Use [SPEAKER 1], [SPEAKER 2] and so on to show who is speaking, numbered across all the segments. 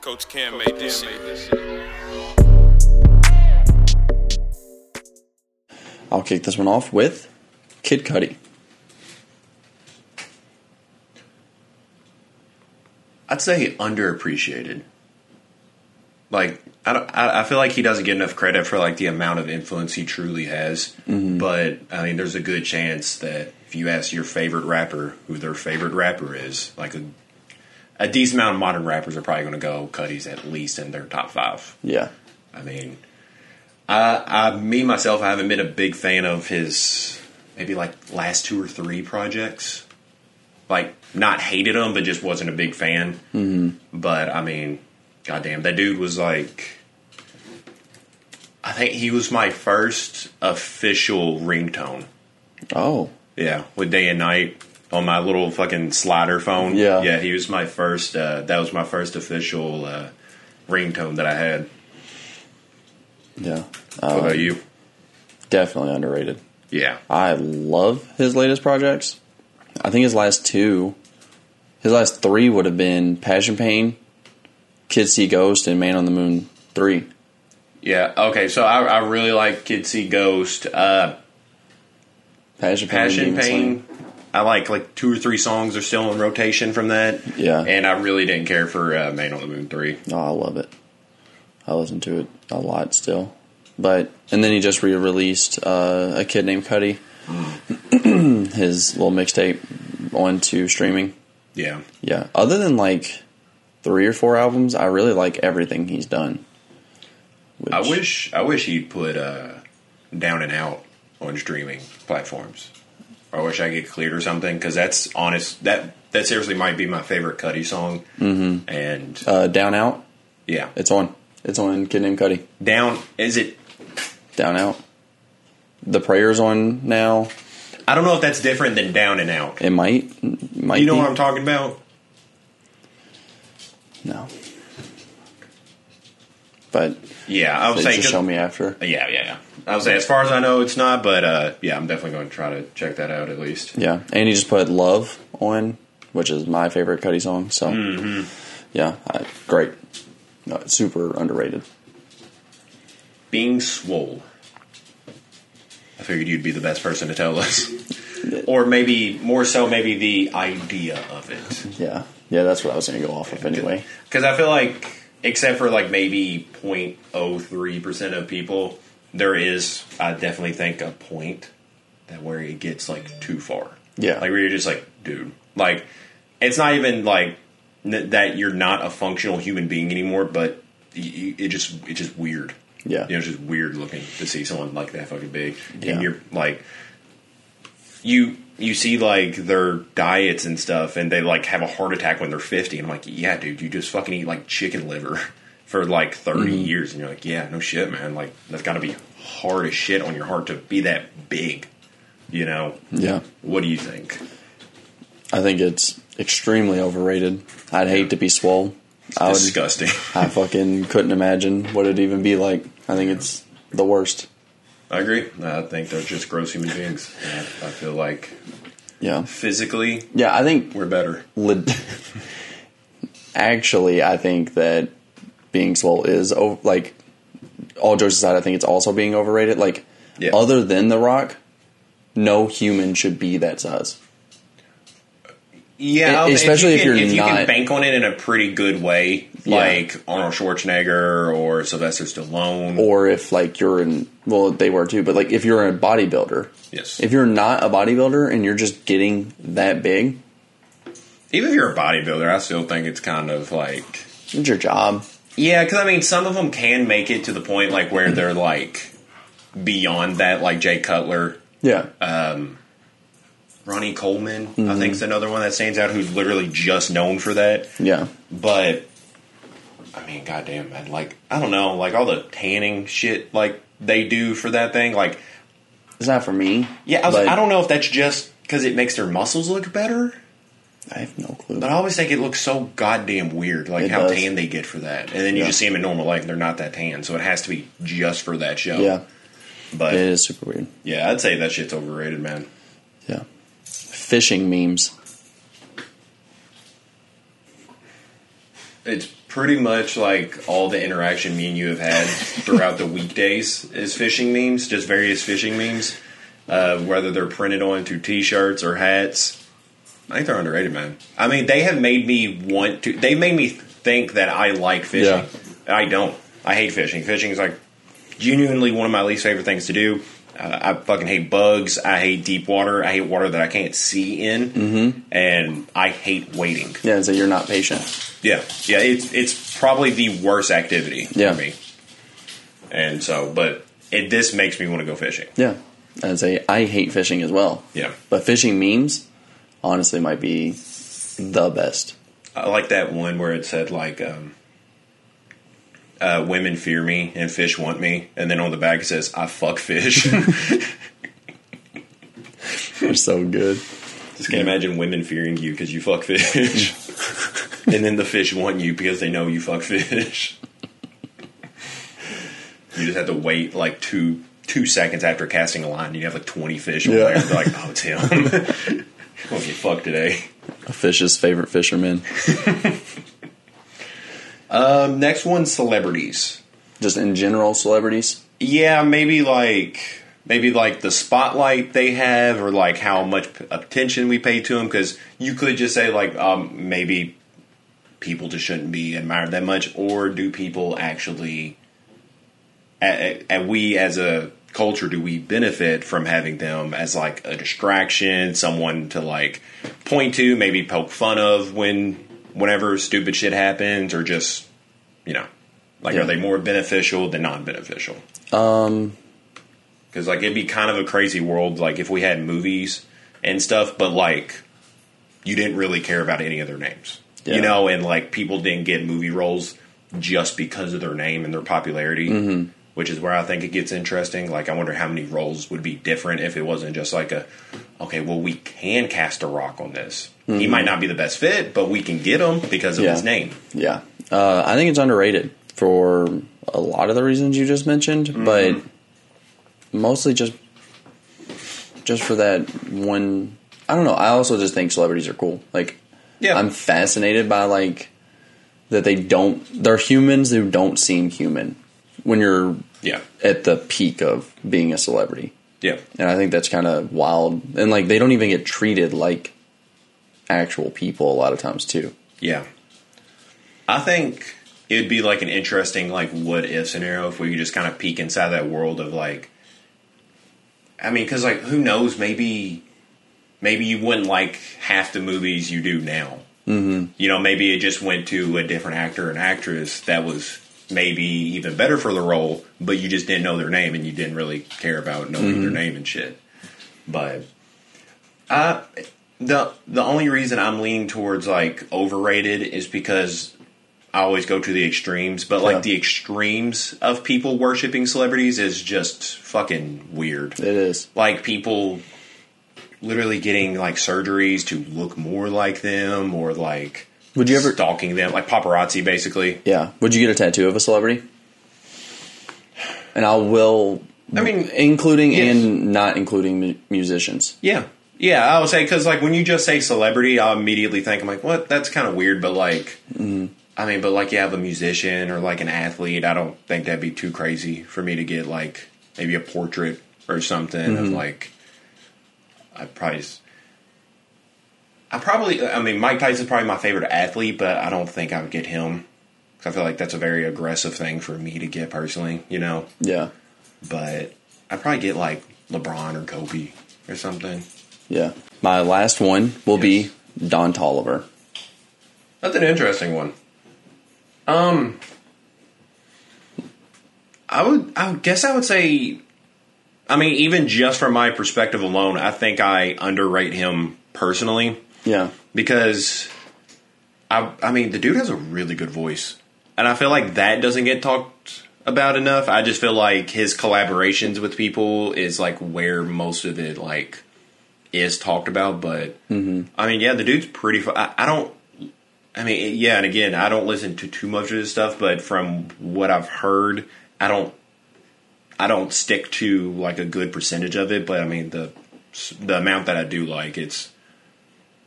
[SPEAKER 1] Coach Cam made this shit.
[SPEAKER 2] I'll kick this one off with Kid Cudi.
[SPEAKER 3] I'd say underappreciated. Like I don't, I, I feel like he doesn't get enough credit for like the amount of influence he truly has. But I mean, there's a good chance that if you ask your favorite rapper who their favorite rapper is, like a, a decent amount of modern rappers are probably going to go Cuddy's at least in their top five.
[SPEAKER 2] Yeah.
[SPEAKER 3] I mean, I, I, me myself, I haven't been a big fan of his maybe like last two or three projects. Like, not hated him, but just wasn't a big fan. Mm-hmm. But I mean, goddamn, that dude was like. I think he was my first official ringtone.
[SPEAKER 2] Oh.
[SPEAKER 3] Yeah, with day and night on my little fucking slider phone.
[SPEAKER 2] Yeah.
[SPEAKER 3] yeah. He was my first. Uh, that was my first official uh, ringtone that I had.
[SPEAKER 2] Yeah.
[SPEAKER 3] What
[SPEAKER 2] Um,
[SPEAKER 3] about you?
[SPEAKER 2] Definitely underrated.
[SPEAKER 3] Yeah.
[SPEAKER 2] I love his latest projects. I think his last two, his last three would have been Passion Pain, Kids See Ghost, and Man on the Moon 3.
[SPEAKER 3] Yeah. Okay. So I, I really like Kid See Ghost. Uh,
[SPEAKER 2] Passion Pain.
[SPEAKER 3] Passion
[SPEAKER 2] Demon Slayer.
[SPEAKER 3] Pain. I like like two or three songs are still in rotation from that.
[SPEAKER 2] Yeah.
[SPEAKER 3] And I really didn't care for uh, Man on the Moon three.
[SPEAKER 2] Oh, I love it. I listen to it a lot still. But and then he just re-released uh, a kid named Cuddy, his little mixtape onto streaming.
[SPEAKER 3] Yeah.
[SPEAKER 2] Yeah. Other than like three or four albums, I really like everything he's done. Which,
[SPEAKER 3] I wish I wish he'd put uh, Down and Out on streaming platforms. I wish I could cleared or something because that's honest. That that seriously might be my favorite Cuddy song. Mm-hmm. And
[SPEAKER 2] uh, Down Out.
[SPEAKER 3] yeah,
[SPEAKER 2] It's on. It's on Kid Named Cuddy.
[SPEAKER 3] down is it?
[SPEAKER 2] Down Out. The prayers on now.
[SPEAKER 3] I don't know if that's different than Down and Out.
[SPEAKER 2] It might. Might
[SPEAKER 3] You know
[SPEAKER 2] be.
[SPEAKER 3] what I'm talking about?
[SPEAKER 2] No. But
[SPEAKER 3] Yeah, I was
[SPEAKER 2] they
[SPEAKER 3] saying.
[SPEAKER 2] just show me after.
[SPEAKER 3] Uh, Yeah, yeah, yeah. I was saying, as far as I know, it's not, but uh, yeah, I'm definitely going to try to check that out at least.
[SPEAKER 2] Yeah, and he just put "Love" on, which is my favorite Cuddy song. So,
[SPEAKER 3] Mm-hmm.
[SPEAKER 2] yeah, I, great, no, it's super underrated.
[SPEAKER 3] Being swole. I figured you'd be the best person to tell us. or maybe, more so, maybe the idea of it.
[SPEAKER 2] Yeah, yeah, that's what I was gonna go off of anyway.
[SPEAKER 3] Because I feel like, except for like maybe 0.03% of people, there is, I definitely think, a point that where it gets like too far.
[SPEAKER 2] Yeah.
[SPEAKER 3] Like where you're just like, dude, like, it's not even like n- that you're not a functional human being anymore, but y- y- it just, it's just weird.
[SPEAKER 2] Yeah,
[SPEAKER 3] You know, it's just weird looking to see someone like that fucking big.
[SPEAKER 2] Yeah.
[SPEAKER 3] And you're like, you you see like their diets and stuff, and they like have a heart attack when they're fifty. And I'm like, yeah, dude, you just fucking eat like chicken liver for like 30
[SPEAKER 2] Mm-hmm.
[SPEAKER 3] years, and you're like, yeah, no shit, man. Like that's got to be hard as shit on your heart to be that big. You know,
[SPEAKER 2] yeah.
[SPEAKER 3] what do you think?
[SPEAKER 2] I think it's extremely overrated. I'd hate to be swole. I would.
[SPEAKER 3] Disgusting.
[SPEAKER 2] I fucking couldn't imagine what it'd even be like. I think it's the worst.
[SPEAKER 3] I agree. I think they're just gross human beings. And I I feel like
[SPEAKER 2] Yeah,
[SPEAKER 3] physically
[SPEAKER 2] yeah. I think
[SPEAKER 3] we're better.
[SPEAKER 2] lit- actually, I think that being swole is over, like all jokes aside. I think it's also being overrated. Like
[SPEAKER 3] Yeah.
[SPEAKER 2] other than The Rock, no human should be that size.
[SPEAKER 3] Yeah,
[SPEAKER 2] E- especially if
[SPEAKER 3] you can,
[SPEAKER 2] you're
[SPEAKER 3] if you
[SPEAKER 2] not-
[SPEAKER 3] can bank on it in a pretty good way,
[SPEAKER 2] Yeah.
[SPEAKER 3] like Arnold Schwarzenegger or Sylvester Stallone.
[SPEAKER 2] Or if like you're in, well, they were too. But like if you're a bodybuilder,
[SPEAKER 3] yes,
[SPEAKER 2] if you're not a bodybuilder and you're just getting that big,
[SPEAKER 3] even if you're a bodybuilder, I still think it's kind of like
[SPEAKER 2] it's your job.
[SPEAKER 3] yeah, because I mean, some of them can make it to the point like where they're like beyond that, like Jay Cutler,
[SPEAKER 2] Yeah,
[SPEAKER 3] Ronnie Coleman. I
[SPEAKER 2] Mm-hmm.
[SPEAKER 3] think is another one that stands out who's literally just known for that.
[SPEAKER 2] yeah,
[SPEAKER 3] But I mean, goddamn, man! Like I don't know, like all the tanning shit like they do for that thing, like.
[SPEAKER 2] it's not for me.
[SPEAKER 3] Yeah, I, was,
[SPEAKER 2] but
[SPEAKER 3] I don't know if that's just because it makes their muscles look better,
[SPEAKER 2] I have no clue.
[SPEAKER 3] but I always think it looks so goddamn weird, like
[SPEAKER 2] It
[SPEAKER 3] how
[SPEAKER 2] does.
[SPEAKER 3] tan they get for that. And then you
[SPEAKER 2] Yeah.
[SPEAKER 3] just see them in normal life, and they're not that tan, so it has to be just for that show.
[SPEAKER 2] yeah,
[SPEAKER 3] but
[SPEAKER 2] it is super weird.
[SPEAKER 3] yeah, I'd say that shit's overrated, man.
[SPEAKER 2] Yeah. Fishing memes.
[SPEAKER 3] it's pretty much like all the interaction me and you have had throughout the weekdays is fishing memes, just various fishing memes, uh, whether they're printed onto T-shirts or hats. I think they're underrated, man. I mean, they have made me want to. They made me think that I like fishing. I don't. I hate fishing. Fishing is like genuinely one of my least favorite things to do. Uh, I fucking hate bugs. I hate deep water. I hate water that I can't see in, mm-hmm. and I hate waiting.
[SPEAKER 2] Yeah, and so you're not patient.
[SPEAKER 3] Yeah, yeah, it's it's probably the worst activity
[SPEAKER 2] Yeah.
[SPEAKER 3] for me. And so, but it this makes me want to go fishing.
[SPEAKER 2] Yeah. I'd say I hate fishing as well.
[SPEAKER 3] Yeah,
[SPEAKER 2] But fishing memes honestly might be the best.
[SPEAKER 3] I like that one where it said like, um, uh, "Women fear me and fish want me," and then on the back it says, "I fuck fish." Just
[SPEAKER 2] They're so good.
[SPEAKER 3] can't imagine women fearing you because you fuck fish, and then the fish want you because they know you fuck fish. you just have to wait like two two seconds after casting a line. You have like twenty fish on
[SPEAKER 2] Yeah.
[SPEAKER 3] there. They're like, "Oh, it's him." I'm gonna get fucked today.
[SPEAKER 2] A fish's favorite fisherman.
[SPEAKER 3] Um, next one, celebrities.
[SPEAKER 2] Just in general, celebrities.
[SPEAKER 3] Yeah, maybe like maybe like the spotlight they have, or like how much p- attention we pay to them. Because you could just say like um, maybe people just shouldn't be admired that much, or do people actually? a- a- And we as a culture, do we benefit from having them as like a distraction, someone to like point to, maybe poke fun of when whenever stupid shit happens, or just you know, like
[SPEAKER 2] Yeah.
[SPEAKER 3] are they more beneficial than non-beneficial?
[SPEAKER 2] Um,
[SPEAKER 3] Because like it'd be kind of a crazy world, like if we had movies and stuff, but like you didn't really care about any of their names,
[SPEAKER 2] Yeah.
[SPEAKER 3] you know, and like people didn't get movie roles just because of their name and their popularity,
[SPEAKER 2] Mm-hmm.
[SPEAKER 3] which is where I think it gets interesting. Like I wonder how many roles would be different if it wasn't just like a okay, well we can cast a rock on this. He might not be the best fit, but we can get him because of
[SPEAKER 2] Mm-hmm. Yeah.
[SPEAKER 3] his name.
[SPEAKER 2] yeah. Uh, I think it's underrated for a lot of the reasons you just mentioned, but mostly just just for that one. I don't know. I also just think celebrities are cool. Like,
[SPEAKER 3] Yeah,
[SPEAKER 2] I'm fascinated by like that they don't. They're humans who don't seem human when you're
[SPEAKER 3] yeah,
[SPEAKER 2] at the peak of being a celebrity.
[SPEAKER 3] yeah.
[SPEAKER 2] And I think that's kind of wild. And like they don't even get treated like actual people a lot of times too.
[SPEAKER 3] Yeah. I think it'd be like an interesting like what if scenario if we could just kind of peek inside that world of like I mean cuz like who knows maybe maybe you wouldn't like half the movies you do now. Mm-hmm. You know, maybe it just went to a different actor and actress that was maybe even better for the role, but you just didn't know their name and you didn't really care about knowing their name and shit. But uh, the the only reason I'm leaning towards like overrated is because I always go to the extremes, but like
[SPEAKER 2] Yeah.
[SPEAKER 3] the extremes of people worshiping celebrities is just fucking weird.
[SPEAKER 2] It is.
[SPEAKER 3] Like people literally getting like surgeries to look more like them or like
[SPEAKER 2] Would you ever
[SPEAKER 3] stalking them like paparazzi basically.
[SPEAKER 2] Yeah. Would you get a tattoo of a celebrity? And I will
[SPEAKER 3] I mean,
[SPEAKER 2] including
[SPEAKER 3] yes.
[SPEAKER 2] and not including mu- musicians.
[SPEAKER 3] Yeah. Yeah, I would say because like when you just say celebrity, I immediately think I'm like, what? That's kind of weird, but like, I mean, but like you have a musician or like an athlete. I don't think that'd be too crazy for me to get like maybe a portrait or something of like. I probably, s- I probably, I mean, Mike Tyson's probably my favorite athlete, but I don't think I would get him. 'Cause I feel like that's a very aggressive thing for me to get personally, you know.
[SPEAKER 2] Yeah.
[SPEAKER 3] But I'd probably get like LeBron or Kobe or something.
[SPEAKER 2] Yeah. My last one will be Don Tolliver.
[SPEAKER 3] That's an interesting one. Um, I would, I would guess, I would say, I mean, even just from my perspective alone, I think I underrate him personally
[SPEAKER 2] Yeah.
[SPEAKER 3] because, I, I mean, the dude has a really good voice, and I feel like that doesn't get talked about enough. I just feel like his collaborations with people is like where most of it like is talked about, but I mean, yeah, the dude's pretty. Fu- I, I don't. I mean, yeah, and again, I don't listen to too much of his stuff, but from what I've heard, I don't. I don't stick to like a good percentage of it, but I mean the the amount that I do like, it's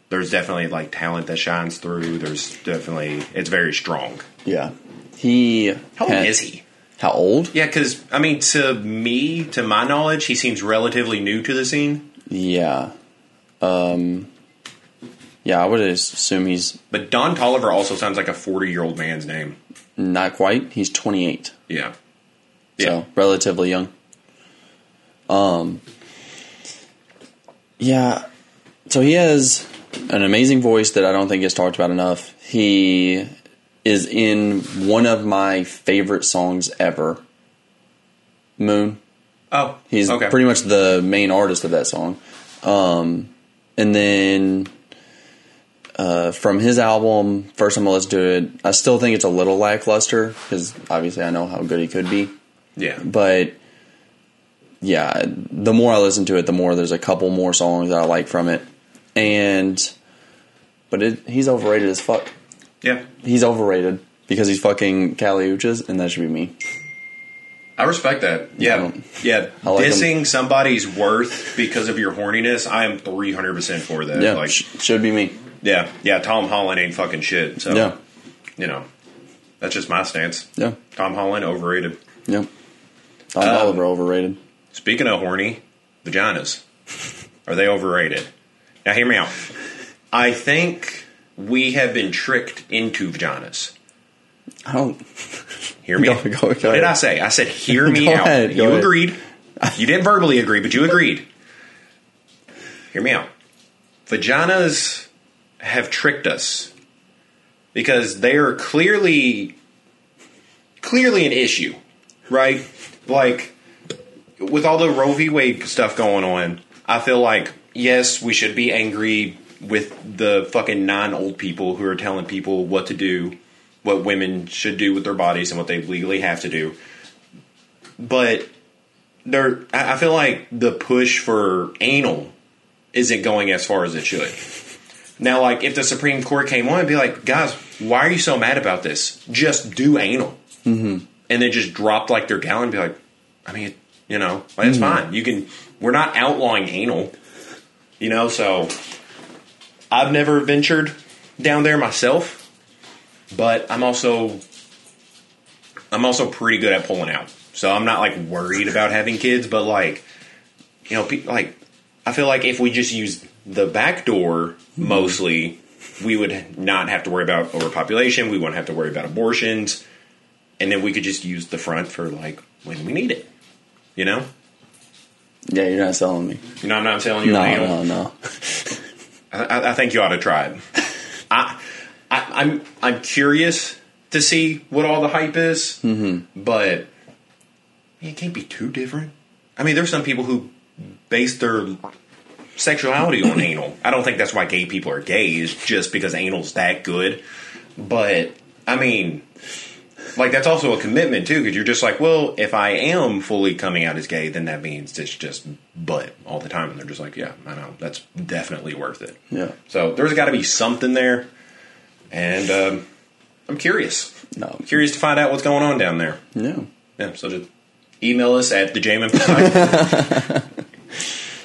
[SPEAKER 3] there's definitely like talent that shines through. There's definitely it's very strong.
[SPEAKER 2] Yeah. He.
[SPEAKER 3] How old
[SPEAKER 2] had-
[SPEAKER 3] is he?
[SPEAKER 2] How old?
[SPEAKER 3] Yeah, because I mean, to me, to my knowledge, he seems relatively new to the scene.
[SPEAKER 2] Yeah. Um. Yeah, I would assume he's
[SPEAKER 3] But Don Tolliver also sounds like a forty-year-old man's name.
[SPEAKER 2] not quite. He's 28.
[SPEAKER 3] Yeah,
[SPEAKER 2] So relatively young. Um. Yeah. So he has an amazing voice that I don't think gets talked about enough. He is in one of my favorite songs ever. Moon.
[SPEAKER 3] Oh,
[SPEAKER 2] He's
[SPEAKER 3] okay.
[SPEAKER 2] pretty much the main artist of that song. Um, and then uh, from his album, first time I listened to it, I still think it's a little lackluster because obviously I know how good he could be.
[SPEAKER 3] Yeah,
[SPEAKER 2] But yeah, the more I listen to it, the more there's a couple more songs that I like from it. And but it, he's overrated as fuck.
[SPEAKER 3] yeah.
[SPEAKER 2] He's overrated because he's fucking Cali Uchas, and that should be me.
[SPEAKER 3] I respect that. Yeah,
[SPEAKER 2] don't-
[SPEAKER 3] yeah.
[SPEAKER 2] I like him.
[SPEAKER 3] Dissing somebody's worth because of your horniness, I am three hundred percent for that.
[SPEAKER 2] Yeah,
[SPEAKER 3] like,
[SPEAKER 2] sh- should be me.
[SPEAKER 3] yeah, yeah. Tom Holland ain't fucking shit. So,
[SPEAKER 2] Yeah,
[SPEAKER 3] you know, that's just my stance.
[SPEAKER 2] yeah.
[SPEAKER 3] Tom Holland overrated.
[SPEAKER 2] Yep. Don
[SPEAKER 3] Um,
[SPEAKER 2] Oliver overrated.
[SPEAKER 3] Speaking of horny, vaginas. Are they overrated? Now, hear me out. I think we have been tricked into vaginas.
[SPEAKER 2] I don't.
[SPEAKER 3] Hear me
[SPEAKER 2] Go-
[SPEAKER 3] out.
[SPEAKER 2] go- go
[SPEAKER 3] what
[SPEAKER 2] ahead.
[SPEAKER 3] did I say? I said, hear me
[SPEAKER 2] Go
[SPEAKER 3] out.
[SPEAKER 2] ahead, go
[SPEAKER 3] you
[SPEAKER 2] ahead.
[SPEAKER 3] agreed. You didn't verbally agree, but you agreed. hear me out. Vaginas have tricked us because they are clearly, clearly an issue, right? Like, with all the Roe v. Wade stuff going on, I feel like yes, we should be angry with the fucking non old people who are telling people what to do, what women should do with their bodies, and what they legally have to do. But there, I I feel like the push for anal isn't going as far as it should. Now, like if the Supreme Court came on and be like, guys, why are you so mad about this? Just do anal, mm-hmm. and then just drop like their gallon and be like, I mean, you know, like, it's fine. You can. We're not outlawing anal. You know, so I've never ventured down there myself, but I'm also I'm also pretty good at pulling out. So I'm not like worried about having kids, but like you know, pe- like I feel like if we just use the back door mostly, we would not have to worry about overpopulation. We wouldn't have to worry about abortions, and then we could just use the front for like when we need it. You know,
[SPEAKER 2] Yeah, you're not selling me.
[SPEAKER 3] you know, I'm not telling you.
[SPEAKER 2] No,
[SPEAKER 3] I,
[SPEAKER 2] no, no.
[SPEAKER 3] I, I think you ought to try it. I, I, I'm I'm curious to see what all the hype is, but it can't be too different. I mean, there's some people who base their sexuality on anal. I don't think that's why gay people are gay. Is just because anal's that good. But I mean, like that's also a commitment too, because you're just like, well, if I am fully coming out as gay, then that means it's just butt all the time, and they're just like, yeah, I know that's definitely worth it.
[SPEAKER 2] Yeah,
[SPEAKER 3] So there's got to be something there, and um, I'm curious.
[SPEAKER 2] no.
[SPEAKER 3] I'm curious to find out what's going on down there.
[SPEAKER 2] Yeah.
[SPEAKER 3] Yeah, so just email us at the You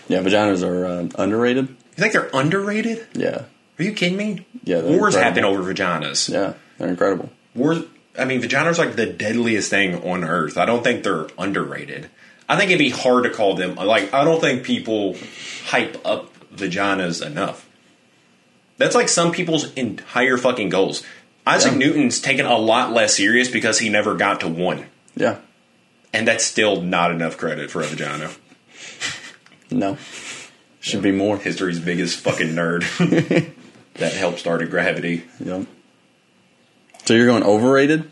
[SPEAKER 2] Yeah, vaginas are uh, underrated.
[SPEAKER 3] think they're underrated?
[SPEAKER 2] Yeah,
[SPEAKER 3] Are you kidding me?
[SPEAKER 2] Yeah, they're
[SPEAKER 3] wars happen
[SPEAKER 2] incredible.
[SPEAKER 3] over vaginas.
[SPEAKER 2] yeah, they're incredible.
[SPEAKER 3] Wars. I mean, vaginas are like the deadliest thing on earth. I don't think they're underrated. I think it'd be hard to call them like. I don't think people hype up vaginas enough. That's like some people's entire fucking goals. Isaac
[SPEAKER 2] Yeah.
[SPEAKER 3] Newton's taken a lot less serious because he never got to one,
[SPEAKER 2] Yeah,
[SPEAKER 3] and that's still not enough credit for a vagina.
[SPEAKER 2] no. Should be more.
[SPEAKER 3] History's biggest fucking nerd that helped started gravity.
[SPEAKER 2] Yep. So you're going overrated?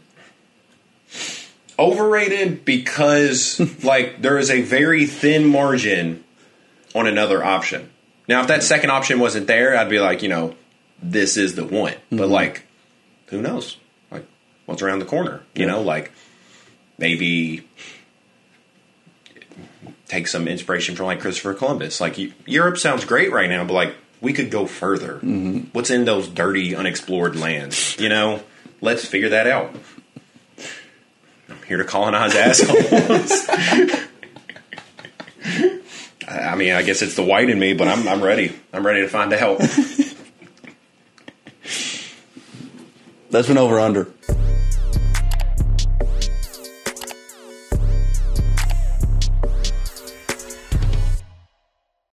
[SPEAKER 3] overrated because like there is a very thin margin on another option. Now, if that second option wasn't there, I'd be like, you know, this is the one. But like, who knows? Like, what's around the corner? You know, like maybe take some inspiration from like Christopher Columbus. Like, Eu- Europe sounds great right now, but like we could go further. What's in those dirty, unexplored lands? You know, let's figure that out here to colonize assholes. I I mean, I guess it's the white in me, but I'm I'm ready. I'm ready to find out.
[SPEAKER 2] That's been over under.